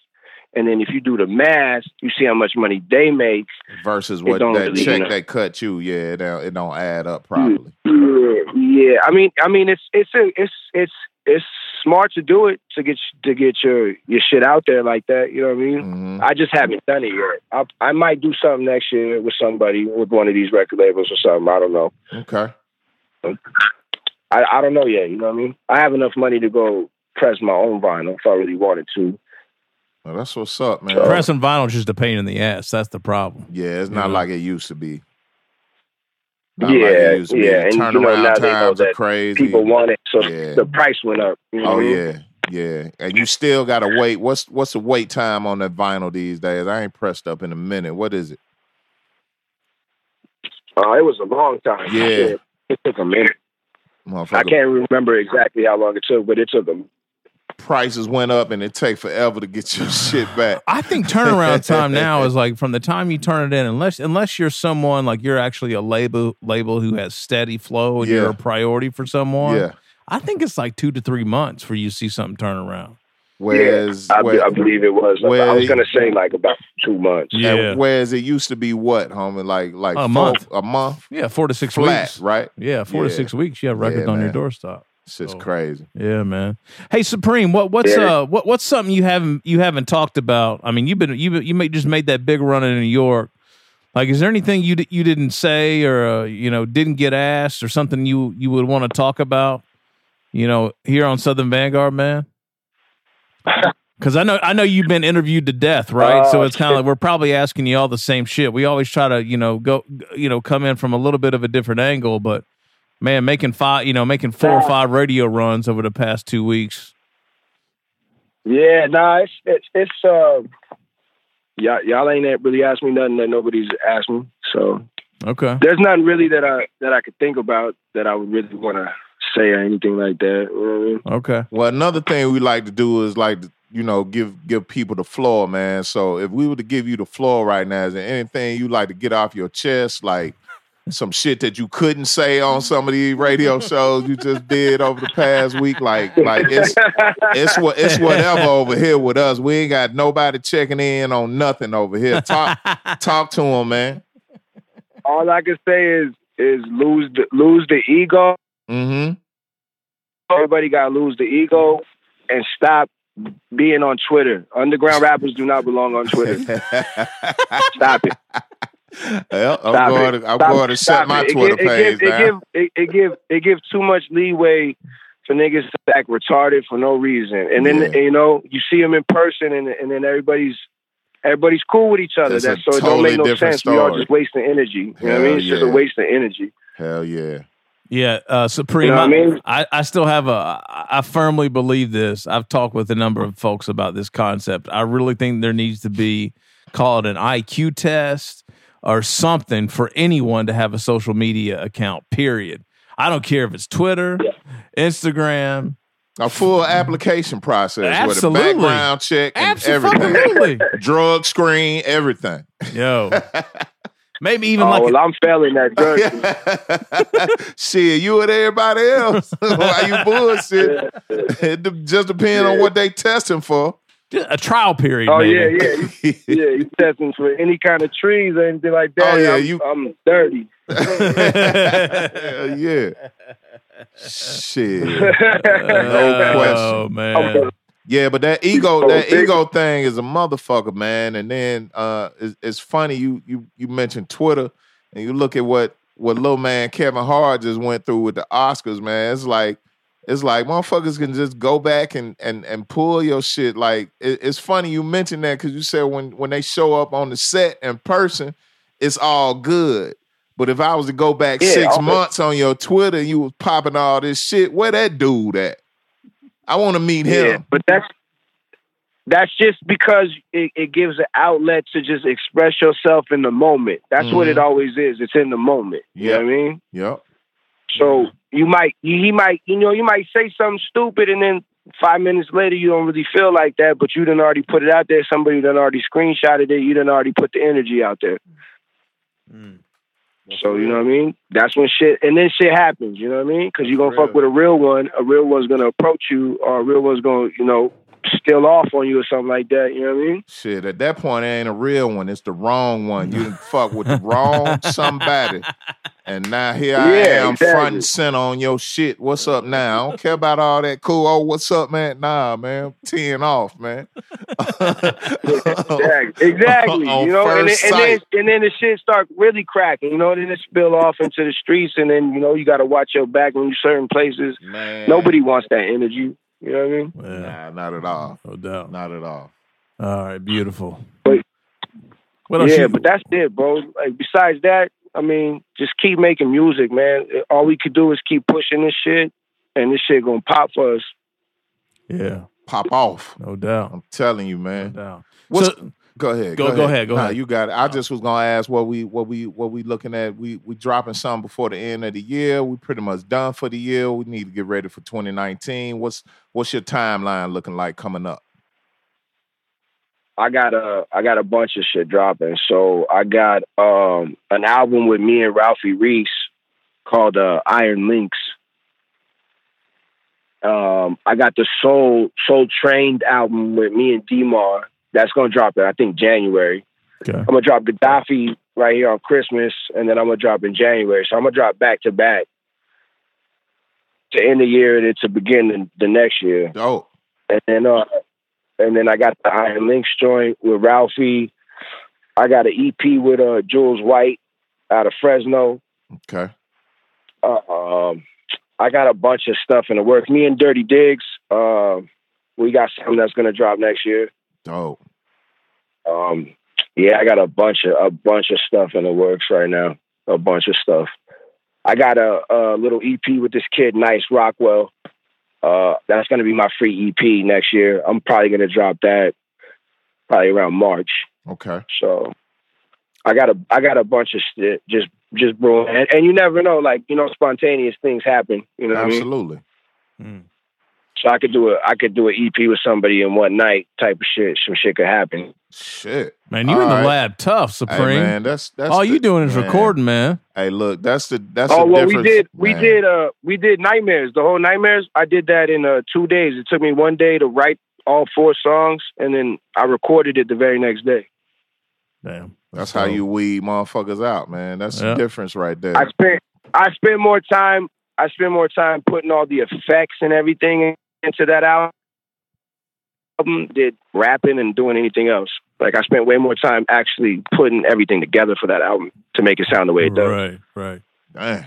C: and then if you do the math, you see how much money they make.
B: Versus
C: It
B: what
C: don't
B: that
C: really, you
B: check
C: know. Hmm.
B: they cut you, yeah, it don't, it don't add up properly.
C: Yeah, I mean, I mean, it's it's a, it's it's it's smart to do it to get to get your your shit out there like that. You know what I mean?
B: Mhm.
C: I just haven't done it yet. I, I might do something next year with somebody with one of these record labels or something. I don't know.
B: Okay.
C: I, I don't know yet. You know what I mean? I have enough money to go press my own vinyl if I really wanted to.
B: Well, that's what's up, man.
C: So-
A: Pressing vinyl is just a pain in the ass. That's the problem.
B: Yeah, it's
A: You
B: not
A: know.
B: like it used to be.
C: Mm-hmm. Yeah,
B: to
C: yeah, and
B: The
C: you know,
B: turnaround
C: now they know
B: times are
C: that
B: crazy.
C: People want it, so
B: Yeah.
C: the price went up. You know
B: Oh
C: what I mean?
B: yeah, yeah. And you still gotta wait. What's what's the wait time on that vinyl these days? I ain't pressed up in a minute. What is it?
C: Uh, it was a long time.
B: Yeah.
C: Shit. It took a minute.
B: Motherfucker,
C: I can't remember exactly how long it took, but it took a
B: prices went up and it take forever to get your shit back.
A: I think turnaround time now is like from the time you turn it in, unless unless you're someone like you're actually a label label who has steady flow and
B: Yeah.
A: you're a priority for someone.
B: Yeah.
A: I think it's like two to three months for you to see something turn around.
B: Whereas
C: I, be-
B: where-
C: I believe it was.
B: where-
C: I was gonna say like about two months.
A: Yeah.
B: and whereas it used to be what, homie? Like like
A: A
B: four-
A: month.
B: a month
A: Yeah, four to six
B: flat,
A: weeks.
B: right?
A: Yeah, four to
B: Yeah.
A: six weeks. You have records
B: Yeah,
A: on your
B: man.
A: doorstop.
B: It's just
A: So-
B: crazy.
A: Yeah, man. Hey, Supreme, what what's
C: Yeah.
A: uh what what's something you haven't you haven't talked about? I mean, you've been you you may just made that big run in New York. Like, is there anything you di- you didn't say or uh, you know didn't get asked or something you you would want to talk about? You know, here on Southern Vanguard, man. Because I know I know you've been interviewed to death, right? so
C: Oh,
A: it's kind
C: shit.
A: of like we're probably asking you all the same shit. We always try to you know go you know come in from a little bit of a different angle, but man, making five, you know, making four or five radio runs over the past two weeks.
C: Yeah, nah, it's it's it's um y'all y'all ain't that really asked me nothing that nobody's asked me. So
A: Okay.
C: there's nothing really that I that I could think about that I would really want to say or anything like that. You know what I mean?
A: Okay.
B: Well, another thing we like to do is like you know give give people the floor, man. So if we were to give you the floor right now, is there anything you like to get off your chest, like some shit that you couldn't say on some of these radio shows you just did over the past week? Like like it's it's what it's whatever over here with us. We ain't got nobody checking in on nothing over here. Talk talk to him, man.
C: All I can say is is lose the, lose the ego.
B: Mm-hmm.
C: Everybody got to lose the ego and stop being on Twitter. Underground rappers do not belong on Twitter. Stop it.
B: Well, I'm
C: Stop
B: going
C: it.
B: to I'm
C: Stop
B: going
C: it.
B: to
C: Stop
B: shut my
C: it. It
B: Twitter
C: give-
B: page
C: it give,
B: down.
C: It give, it give it give too much leeway for niggas to act retarded for no reason, and then
B: Yeah.
C: you know you see them in person, and and then everybody's everybody's cool with each other.
B: That's a
C: That's, so
B: totally
C: it don't make no
B: different
C: sense. We all
B: story.
C: just wasting energy. You know what I
B: Hell
C: mean? It's just a
B: yeah.
C: waste of energy.
B: Hell yeah.
A: Yeah, uh, Supreme.
C: You know what
A: I,
C: I mean?
A: I, I still have a. I I firmly believe this. I've talked with a number of folks about this concept. I really think there needs to be called an IQ test or something for anyone to have a social media account. Period. I don't care if it's Twitter, Instagram.
B: A full application process
A: Absolutely.
B: with a background check and everything.
A: Absolutely.
B: Drug screen, everything.
A: Yo. Maybe even
C: Oh,
A: like a-
C: well, I'm failing that drug.
B: Shit, you and everybody else. Why you bullshit? It de- just depends on
C: Yeah.
B: what they testing for.
A: a, trial period.
C: oh yeah,
A: maybe.
C: yeah, you- yeah. You testing for any kind of trees or anything like that?
B: Oh, yeah,
C: I'm,
B: you-
C: I'm dirty.
B: Hell yeah. Shit. No
A: Oh
B: question.
A: man.
C: Okay.
B: Yeah, but that ego,
C: Oh,
B: that
C: big-
B: ego thing is a motherfucker, man. And then uh, it's, it's funny you you you mentioned Twitter, and you look at what what little man Kevin Hart just went through with the Oscars, man. It's like it's like motherfuckers can just go back and and and pull your shit. Like it, it's funny you mentioned that because you said when when they show up on the set in person, it's all good. But if I was to go back
C: Yeah,
B: six
C: all-
B: months on your Twitter, you was popping all this shit. Where that dude at? I want to meet him.
C: Yeah, but that's that's just because it, it gives an outlet to just express yourself in the moment. That's what it always is. It's in the moment. You know what I mean?
B: Yep.
C: So you might you, he might you know you might say something stupid and then five minutes later you don't really feel like that, but you done already put it out there. Somebody done already screenshotted it. You done already put the energy out there.
A: Mm.
C: So you know what I mean? That's when shit and then shit happens. You know what I mean? Because you gonna
B: Real.
C: fuck with a real one. A real one's gonna approach you, or a real one's gonna you know steal off on you or something like that. You know what I mean?
B: Shit, at that point, it ain't a real one. It's the wrong one. You done fuck with the wrong somebody. And now here I
C: Yeah,
B: am, front
C: exactly.
B: and center on your shit. What's up now? I don't care about all that cool. Oh, what's up, man? Nah, man. 10 off, man.
C: Exactly. Exactly.
B: On
C: you know, and then,
B: first
C: and then
B: sight.
C: and then the shit start really cracking. You know, and then it spill off into the streets, and then you know you got to watch your back when you certain places.
B: Man.
C: Nobody wants that energy. You know what I mean?
A: Yeah,
B: Nah, not at all.
A: no doubt.
B: Not at all.
A: All right, beautiful.
C: But-
A: what else
C: yeah,
A: you-
C: but that's it, bro. Like besides that, I mean, just keep making music, man. All we could do is keep pushing this shit, and this shit gonna pop for us.
A: yeah,
B: Pop off.
A: no doubt,
B: I'm telling you,
A: no
B: Oh, man.
A: doubt.
B: What's-
A: so,
B: Go ahead.
A: Go- go ahead, go
B: Nah,
A: ahead.
B: You got it. I just was gonna ask what we what we what we looking at. We we dropping something before the end of the year. We pretty much done for the year. We need to get ready for 2019. What's what's your timeline looking like coming up?
C: I got a I got a bunch of shit dropping. So I got um an album with me and Ralphie Reese called uh, Iron Links. Um, I got the Soul Soul Trained album with me and Demar. That's gonna drop in I think January.
A: okay.
C: I'm gonna drop Gaddafi right here on Christmas, and then I'm gonna drop in January. So I'm gonna drop back to back to end the year and then to begin the, the next year.
B: Oh,
C: And then uh and then I got the Iron Links joint with Ralphie. I got an EP with uh Jules White out of Fresno.
B: okay.
C: Uh, um I got a bunch of stuff in the works. Me and Dirty Diggs, uh, we got something that's gonna drop next year.
B: Dope.
C: Um yeah, I got a bunch of a bunch of stuff in the works right now. A bunch of stuff. I got a, a little EP with this kid, Nice Rockwell. Uh, that's going to be my free EP next year. I'm probably going to drop that probably around March.
B: Okay.
C: So I got a I got a bunch of shit just just brewing, and, and you never know, like you know, spontaneous things happen. You know what I mean?
B: Absolutely.
A: hmm.
C: So I could do a I could do an EP with somebody in one night type of shit. Some shit could happen.
B: Shit.
A: Man, you in the
B: All right.
A: lab tough,
B: Hey,
A: Supreme.
B: man, that's that's
A: All
B: the-
A: you doing is
B: man.
A: recording, man.
B: Hey, look, that's the that's
C: oh
B: the
C: well, we
B: difference.
C: did we
B: man.
C: did uh we did nightmares. The whole nightmares. I did that in uh two days. It took me one day to write all four songs, and then I recorded it the very next day.
A: Damn.
B: That's how you weed motherfuckers out, man. That's
A: Yeah.
B: the difference right there.
C: I spent I spent more time I spent more time putting all the effects and everything into that album did rapping and doing anything else. Like I spent way more time actually putting everything together for that album to make it sound the way it does.
A: Right, right.
B: Damn,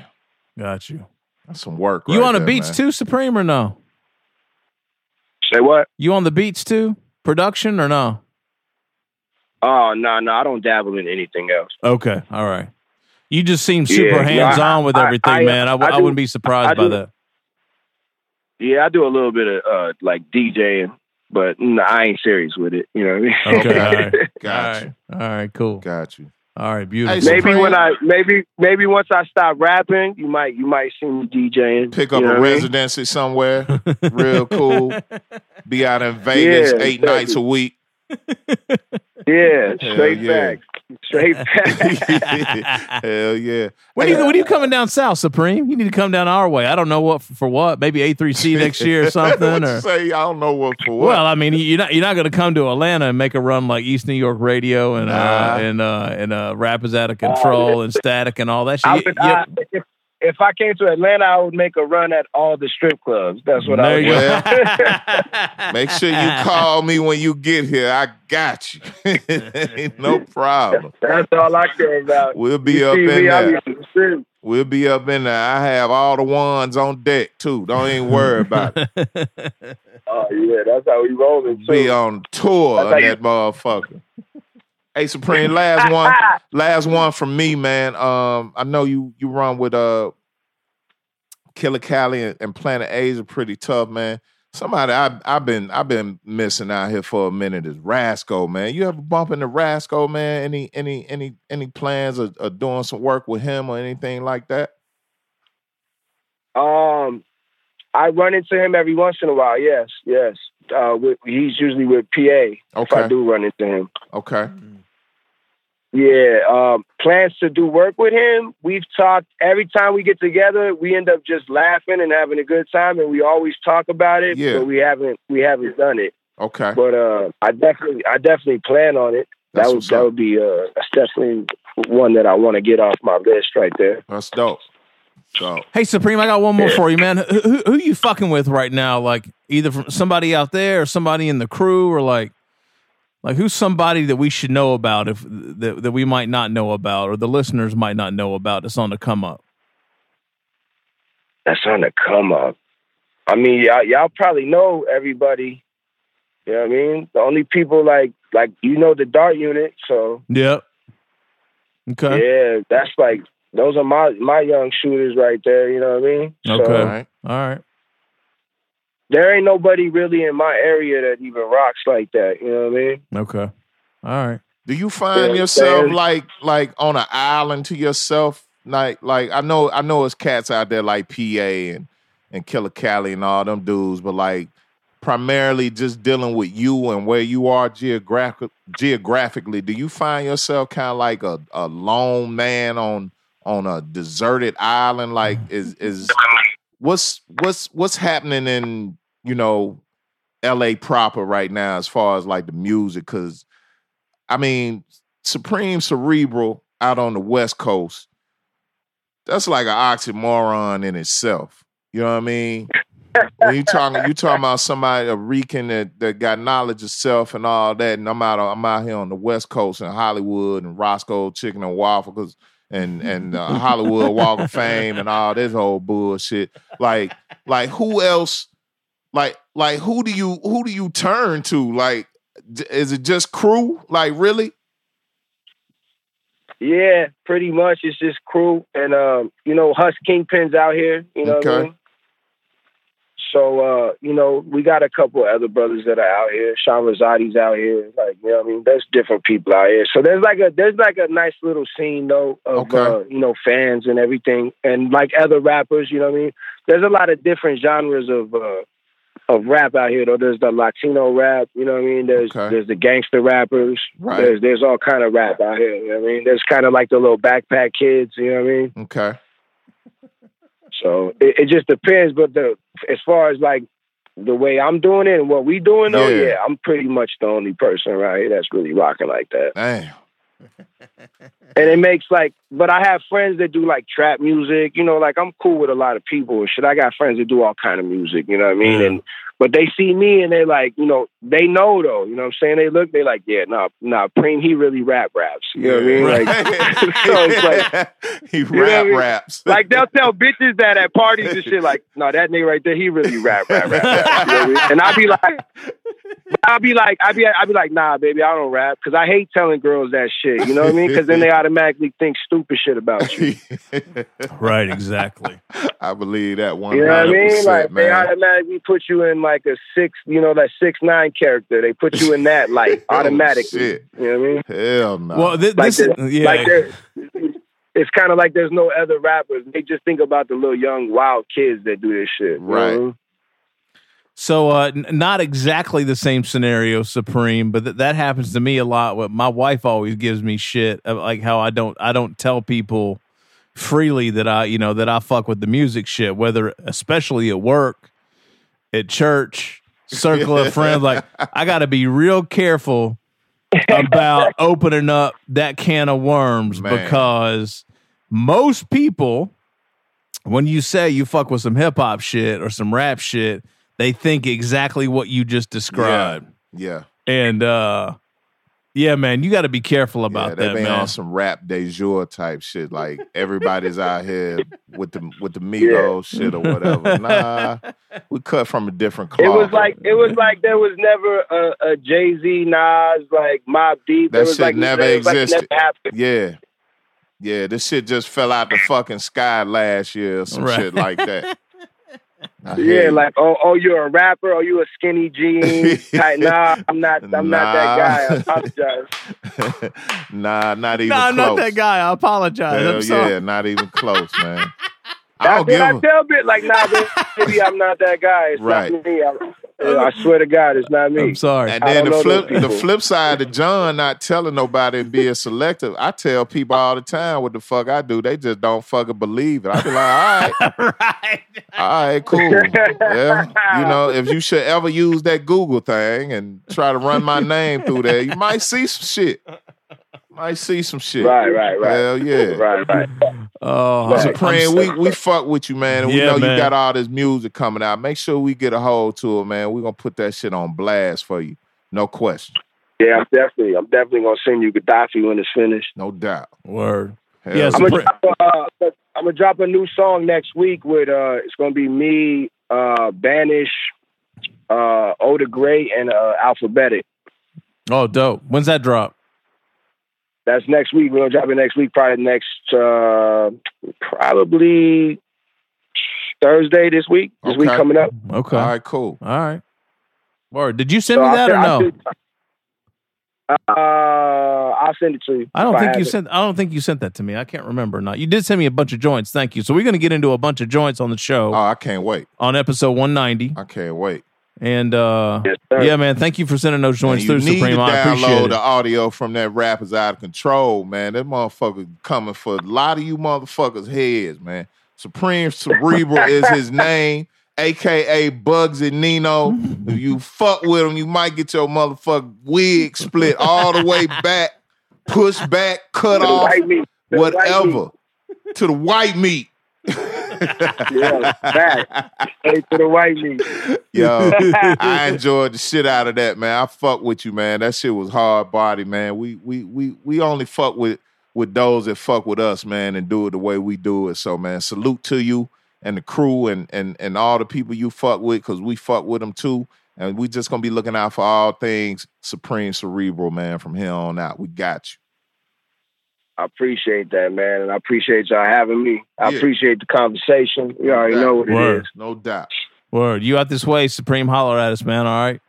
A: Got you.
B: that's some work.
A: you
B: right
A: on the
B: there,
A: beats
B: man.
A: too, Supreme or no?
C: Say what?
A: You on the beats too? Production or no?
C: Oh no, no, I don't dabble in anything else.
A: Okay, all right. You just seem
C: Yeah,
A: super
C: no, I-
A: hands on with
C: I-
A: everything,
C: I, uh,
A: man. I, w-
C: I
A: I
C: do-
A: wouldn't be surprised
C: I
A: by
C: do-
A: that.
C: Yeah, I do a little bit of uh like DJing, but nah, I ain't serious with it. You know what I mean?
A: Okay, all right.
B: Got you.
A: All right, all right, cool.
B: Got you.
A: All right, beautiful.
B: Hey,
C: maybe
B: Supreme.
C: when I maybe maybe once I stop rapping, you might you might see me DJing.
B: Pick up
C: you know
B: a
C: what I mean?
B: residency somewhere. Real cool. Be out in Vegas
C: Yeah,
B: eight
C: exactly.
B: nights a week.
C: Yeah,
B: Hell
C: straight
B: yeah.
C: back. Straight back.
B: Hell yeah.
A: When are, you,
B: uh,
A: when are you coming down south, Supreme? You need to come down our way. I don't know what for what. Maybe A3C next year or
B: What
A: something.
B: you
A: or
B: say I don't know what for what.
A: well, I mean, you're not you're not going to come to Atlanta and make a run like East New York Radio and
B: Nah.
A: uh, and uh, and uh, rap is out of control and static and all that shit.
C: I
A: You-
C: would,
A: you-
C: I, if, if I came to Atlanta, I would make a run at all the strip clubs. That's what I
A: there
C: would
A: you
C: do.
B: Well,
A: go.
B: Make sure you call me when you get here. I got you. Ain't no problem.
C: That's all I care about.
B: We'll be
C: You
B: up
C: see
B: in
C: me, I'll be
B: there.
C: in the strip.
B: We'll be up in there. I have all the ones on deck too. Don't even worry about it.
C: Oh yeah, that's how we rolling too.
B: Be on tour
C: That's
B: on
C: how you-
B: that motherfucker. Hey Supreme, last one.
C: Ah!
B: Last one from me, man. Um, I know you you run with uh Killer Cali and, and Planet A's are pretty tough, man. Somebody I I've been I've been missing out here for a minute is Rasco, man. You ever bump into Rasco, man? Any any any any plans of, of doing some work with him or anything like that?
C: Um, I run into him every once in a while. Yes, yes. Uh, with, he's usually with PA. If I
B: Okay.
C: do run into him,
B: Okay.
C: yeah. Um, plans to do work with him. We've talked every time we get together. We end up just laughing and having a good time, and we always talk about it.
B: Yeah.
C: But we haven't we haven't done it.
B: Okay.
C: But uh, I definitely I definitely plan on it.
B: That's
C: that would
B: what's
C: that
B: up.
C: would be uh, that's definitely one that I want to get off my list right there.
B: That's dope. So
A: Hey Supreme, I got one more for you, man. Who, who who you fucking with right now? Like either from somebody out there or somebody in the crew, or like like who's somebody that we should know about if that that we might not know about or the listeners might not know about that's on the come up.
C: that's on the come up. I mean, y'all, y'all probably know everybody. You know what I mean? The only people like like you know the Dart Unit, so
A: Yep. Okay.
C: yeah, that's like those are my my young shooters right there. You know what I mean?
B: all
A: Okay.
C: So,
B: right.
A: All right.
C: there ain't nobody really in my area that even rocks like that. You know what I mean?
A: Okay. All right.
B: Do you find
C: Yeah,
B: yourself
C: man.
B: like like on an island to yourself? Like like I know I know it's cats out there like PA and and Killer Cali and all them dudes, but like primarily just dealing with you and where you are geographic geographically. Do you find yourself kind of like a a lone man on on a deserted island? Like is is what's what's what's happening in you know LA proper right now as far as like the music? Because I mean, Supreme Cerebral out on the West Coast, that's like an oxymoron in itself. You know what I mean? when you talking, you talking about somebody a Rican that, that got knowledge of self and all that, and I'm out, I'm out here on the West Coast in Hollywood and Roscoe Chicken and Waffle 'cause- and and uh, Hollywood Walk of Fame and all this whole bullshit. Like, like who else? Like, like who do you who do you turn to? Like, d- is it just crew? Like, really?
C: Yeah, pretty much. It's just crew and um, you know, Hus Kingpin's out here, you know what I
B: Okay.
C: mean? So uh, you know, we got a couple other brothers that are out here. Sean Rosati's out here, like, you know what I mean? There's different people out here. So there's like a there's like a nice little scene though of
B: Okay.
C: uh, you know, fans and everything. And like other rappers, you know what I mean? There's a lot of different genres of uh of rap out here though. There's the Latino rap, you know what I mean? There's
B: Okay.
C: there's the gangster rappers,
B: Right.
C: there's there's all kind of rap out here. You know what I mean, there's kind of like the little backpack kids. You know what I mean?
B: Okay.
C: So it, it just depends. But the as far as like the way I'm doing it and what we doing, though,
B: Yeah.
C: yeah, I'm pretty much the only person right here that's really rocking like that.
B: Damn.
C: And it makes like, but I have friends that do like trap music. You know, like I'm cool with a lot of people and shit. I got friends that do all kind of music. You know what I mean?
A: Yeah.
C: And but they see me and they like, you know, they know though. You know what I'm saying? They look, they like, yeah, nah, nah, Preem, he really rap raps. You know what I mean? Like, so it's
B: he
C: know what I
B: rap
C: mean?
B: raps.
C: Like they'll tell bitches that at parties and shit. Like, no, that nigga right there, he really rap, rap, rap. You know what I mean? And I'd be like, I'd be like, I'd be, I'd be like, nah, baby, I don't rap because I hate telling girls that shit. You know what I mean? Because then they automatically think stupid shit about you.
A: Right, exactly.
B: I believe that one
C: You know what I
B: hundred
C: mean? Like
B: percent,
C: they
B: man.
C: automatically put you in like a six, you know, that six nine character. They put you in that like
B: Oh,
C: automatically.
B: shit.
C: You know what I mean?
B: Hell no.
A: Well, thi-
C: Like
A: this is
C: this-
A: yeah.
C: Like there, it's kind of like there's no other rappers. They just think about the little young wild kids that do this shit. you know what I
B: Right.
C: mean?
A: So, uh, n- not exactly the same scenario, Supreme, but th- that happens to me a lot. What my wife always gives me shit, uh, like how I don't, I don't tell people freely that I, you know, that I fuck with the music shit, whether especially at work, at church, circle of friends. Like I got to be real careful about opening up that can of worms
B: Man.
A: because most people, when you say you fuck with some hip hop shit or some rap shit, they think exactly what you just described.
B: yeah.
A: And uh yeah, man, you got to be careful about
B: yeah, they
A: that,
B: been
A: man.
B: on some rap de jour type shit. Like everybody's out here with the with the Migos shit or whatever. Nah, we cut from a different cloth.
C: It was like it was like there was never a, a Jay Z, Nas, like Mob Deep.
B: That
C: there was
B: shit
C: like,
B: never
C: it was like
B: existed.
C: never happened.
B: yeah, yeah. This shit just fell out the fucking sky last year or some
A: Right.
B: shit like that. I hear
C: Yeah,
B: you.
C: like oh, oh, you're a rapper. Oh, you a skinny jeans. tight. Nah, I'm not. I'm not that guy. I
B: Nah.
C: apologize.
B: nah, not even
A: No, I'm
B: close.
A: not that guy. I apologize.
B: Hell
A: I'm sorry.
B: yeah, not even close, man. I don't
C: That's what
B: give.
C: I
B: a-
C: tell bit like nah, baby, I'm not that guy. It's
B: Right.
C: not me. I, I swear to God, it's not me.
A: I'm sorry.
B: And
C: I
B: then
C: don't
B: the
C: know those
B: flip the
C: people.
B: flip side of John not telling nobody and being selective. I tell people all the time what the fuck I do. They just don't fucking believe it. I be like, all right,
A: right.
B: all right, cool. Yeah. You know, if you should ever use that Google thing and try to run my name through there, you might see some shit. Might see some shit.
C: Right, right, right.
B: Hell yeah.
C: Right, right.
A: Oh,
C: Right.
A: I'm-
B: Supreme,
A: I'm
B: we, we fuck with you, man. And we
A: Yeah,
B: know
A: man.
B: you got all this music coming out. Make sure we get a hold to it, man. We're gonna put that shit on blast for you. No question.
C: Yeah, I'm definitely. I'm definitely gonna send you Gaddafi when it's finished.
B: No doubt.
A: word.
B: Hell
A: Yes.
C: I'm gonna,
A: Supreme.
C: drop, uh, I'm gonna drop a new song next week with uh, it's gonna be me, uh, Banish, uh, Oda Gray, and uh, Alphabetic.
A: Oh, dope. When's that drop?
C: That's next week. We're gonna drop it next week, probably next, uh, probably Thursday this week. This week
B: Okay.
C: coming up.
A: Okay.
B: All right, cool.
A: All right. Word. Did you send me
C: I'll
A: that
C: send-
A: or
C: I'll
A: no?
C: send- uh, I'll send it to you.
A: I
C: if
A: don't think
C: have
A: you
C: it.
A: sent. I don't think you sent that to me. I can't remember. or Not you did send me a bunch of joints. Thank you. So we're going to get into a bunch of joints on the show
B: Oh, I can't wait.
A: on episode 190.
B: I can't wait.
A: And uh,
C: Yes, sir.
A: yeah, man, thank you for sending those
B: And
A: joints
B: you
A: through,
B: need
A: Supreme.
B: to
A: I
B: download
A: appreciate
B: the
A: it.
B: audio from that rapper's out of control, man. That motherfucker coming for a lot of you motherfuckers' heads, man. Supreme Cerebral is his name, aka Bugsy Nino. If you fuck with him, you might get your motherfucking wig split all the way back, pushed back, cut
C: To the
B: off,
C: white meat. To the white meat.
B: whatever. To the white meat.
C: Yeah, back. Hey, to the white meat.
B: Yo, I enjoyed the shit out of that, man. I fuck with you, man. That shit was hard body, man. We we we we only fuck with with those that fuck with us, man, and do it the way we do it. So, man, salute to you and the crew and and and all the people you fuck with, cause we fuck with them too. And we just gonna be looking out for all things Supreme Cerebral, man. From here on out, we got you.
C: I appreciate that, man, and I appreciate y'all having me. I
B: Yeah.
C: appreciate the conversation. You already know what
A: Word.
C: it is.
B: No doubt.
A: Word. You out this way, Supreme holler at us, man. All right.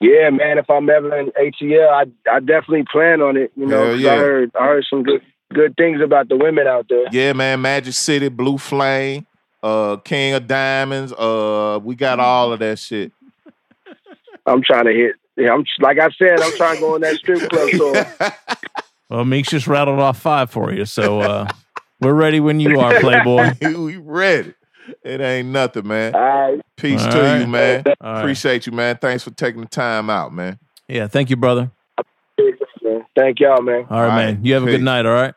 C: Yeah, man. If I'm ever in ATL, I I definitely plan on it. You know,
B: Hell
C: 'cause
B: yeah.
C: I heard I heard some good good things about the women out there.
B: Yeah, man. Magic City, Blue Flame, uh, King of Diamonds. Uh, we
C: Mm-hmm.
B: got all of that shit.
C: I'm trying to hit. Yeah, I'm like I said, I'm trying to go in that strip club. So
A: Well, Meeks just rattled off five for you, so uh, we're ready when you are, Playboy.
B: we ready. It ain't nothing, man.
C: I
B: Peace
A: All
B: to
A: right.
B: you, man.
A: All right.
B: Appreciate you, man. Thanks for taking the time out, man.
A: Yeah, thank you, brother.
C: thank y'all, man.
A: All right,
B: All
A: man.
B: right.
A: You have a good
B: Peace.
A: night. All right.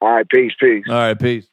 C: All right, peace, peace.
A: All right. Peace.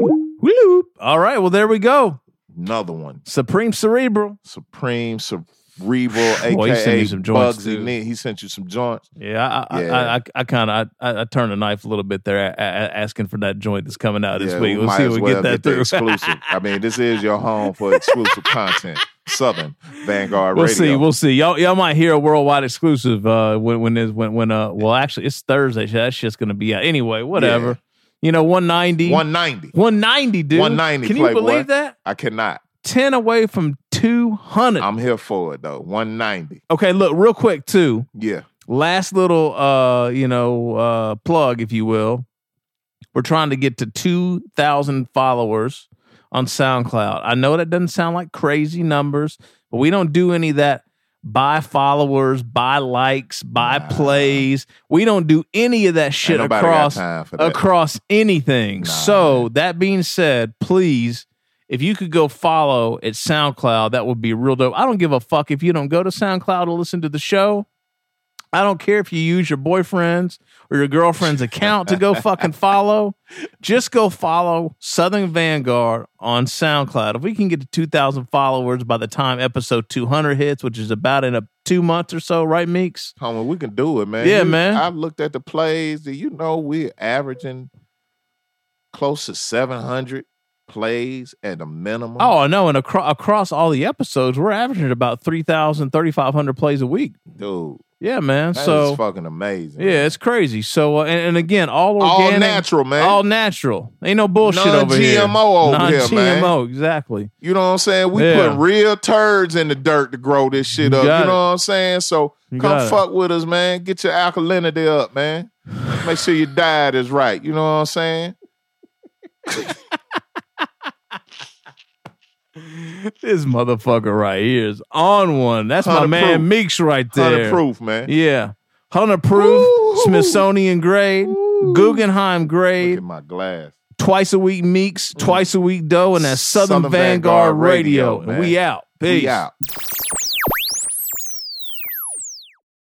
A: Whoop. All right. Well, there we go.
B: Another one.
A: Supreme Cerebral.
B: Supreme Cerebral,
A: Boy, he sent
B: aka
A: you some joints,
B: Bugsy.
A: too.
B: Nig- He sent you some joints.
A: Yeah, I,
B: Yeah.
A: I, I, I kind of, I, I- I turned the knife a little bit there, a, a, asking for that joint that's coming out this
B: Yeah,
A: week. We'll
B: might
A: see if
B: as
A: we
B: well
A: get that
B: the
A: through.
B: exclusive. I mean, this is your home for exclusive content. Southern Vanguard
A: We'll
B: Radio.
A: see. We'll see. Y'all, y'all might hear a worldwide exclusive uh, when when is when when uh well actually it's Thursday. So that's just gonna be out anyway. Whatever. You know, one ninety.
B: 190.
A: 190, dude.
B: 190,
A: Can you
B: Playboy.
A: believe that?
B: I cannot.
A: 10 away from 200.
B: I'm here for it though. 190.
A: okay, look, real quick, too.
B: Yeah.
A: Last little, uh, you know, uh, plug, if you will. We're trying to get to 2,000 followers on SoundCloud. I know that doesn't sound like crazy numbers, but we don't do any of that by followers, by likes, by
B: Nah.
A: plays. We don't do any of that shit
B: Ain't nobody
A: across
B: got time for that.
A: across anything.
B: Nah,
A: so that being said, please, if you could go follow at SoundCloud, that would be real dope. I don't give a fuck if you don't go to SoundCloud to listen to the show. I don't care if you use your boyfriend's or your girlfriend's account to go fucking follow. Just go follow Southern Vanguard on SoundCloud. If we can get to 2,000 followers by the time episode 200 hits, which is about in a, two months or so, right, Meeks?
B: Homie, we can do it, man.
A: Yeah,
B: You-
A: man.
B: I looked at the plays. Do you know we're averaging close to 700 plays at a minimum?
A: Oh no! And acro- across all the episodes, we're averaging about 3,000, 3,500 plays a week.
B: dude.
A: Yeah, man.
B: That is
A: so
B: fucking amazing.
A: yeah, it's crazy. So uh, and, and again, all
B: All
A: organic,
B: natural, man.
A: all natural. Ain't no bullshit over here.
B: Non-GMO over here, man.
A: Non-GMO, exactly.
B: You know what I'm saying? We
A: Yeah.
B: putting real turds in the dirt to grow this shit
A: You
B: up. You know
A: got it.
B: what I'm saying? So
A: You got
B: come
A: it.
B: fuck with us, man. Get your alkalinity up, man. Make sure your diet is right. You know what I'm saying?
A: This motherfucker right here is on one. That's my
B: 100
A: man
B: proof.
A: Meeks right
B: Hundred
A: there.
B: proof, man.
A: Yeah, hunter proof.
B: Ooh.
A: Smithsonian grade, Guggenheim
B: Look
A: grade.
B: at my glass.
A: Twice a week Meeks, twice a week Doe, and that's Southern,
B: Southern
A: Vanguard,
B: Vanguard
A: Radio.
B: Radio, man.
A: we out. Peace.
B: We out.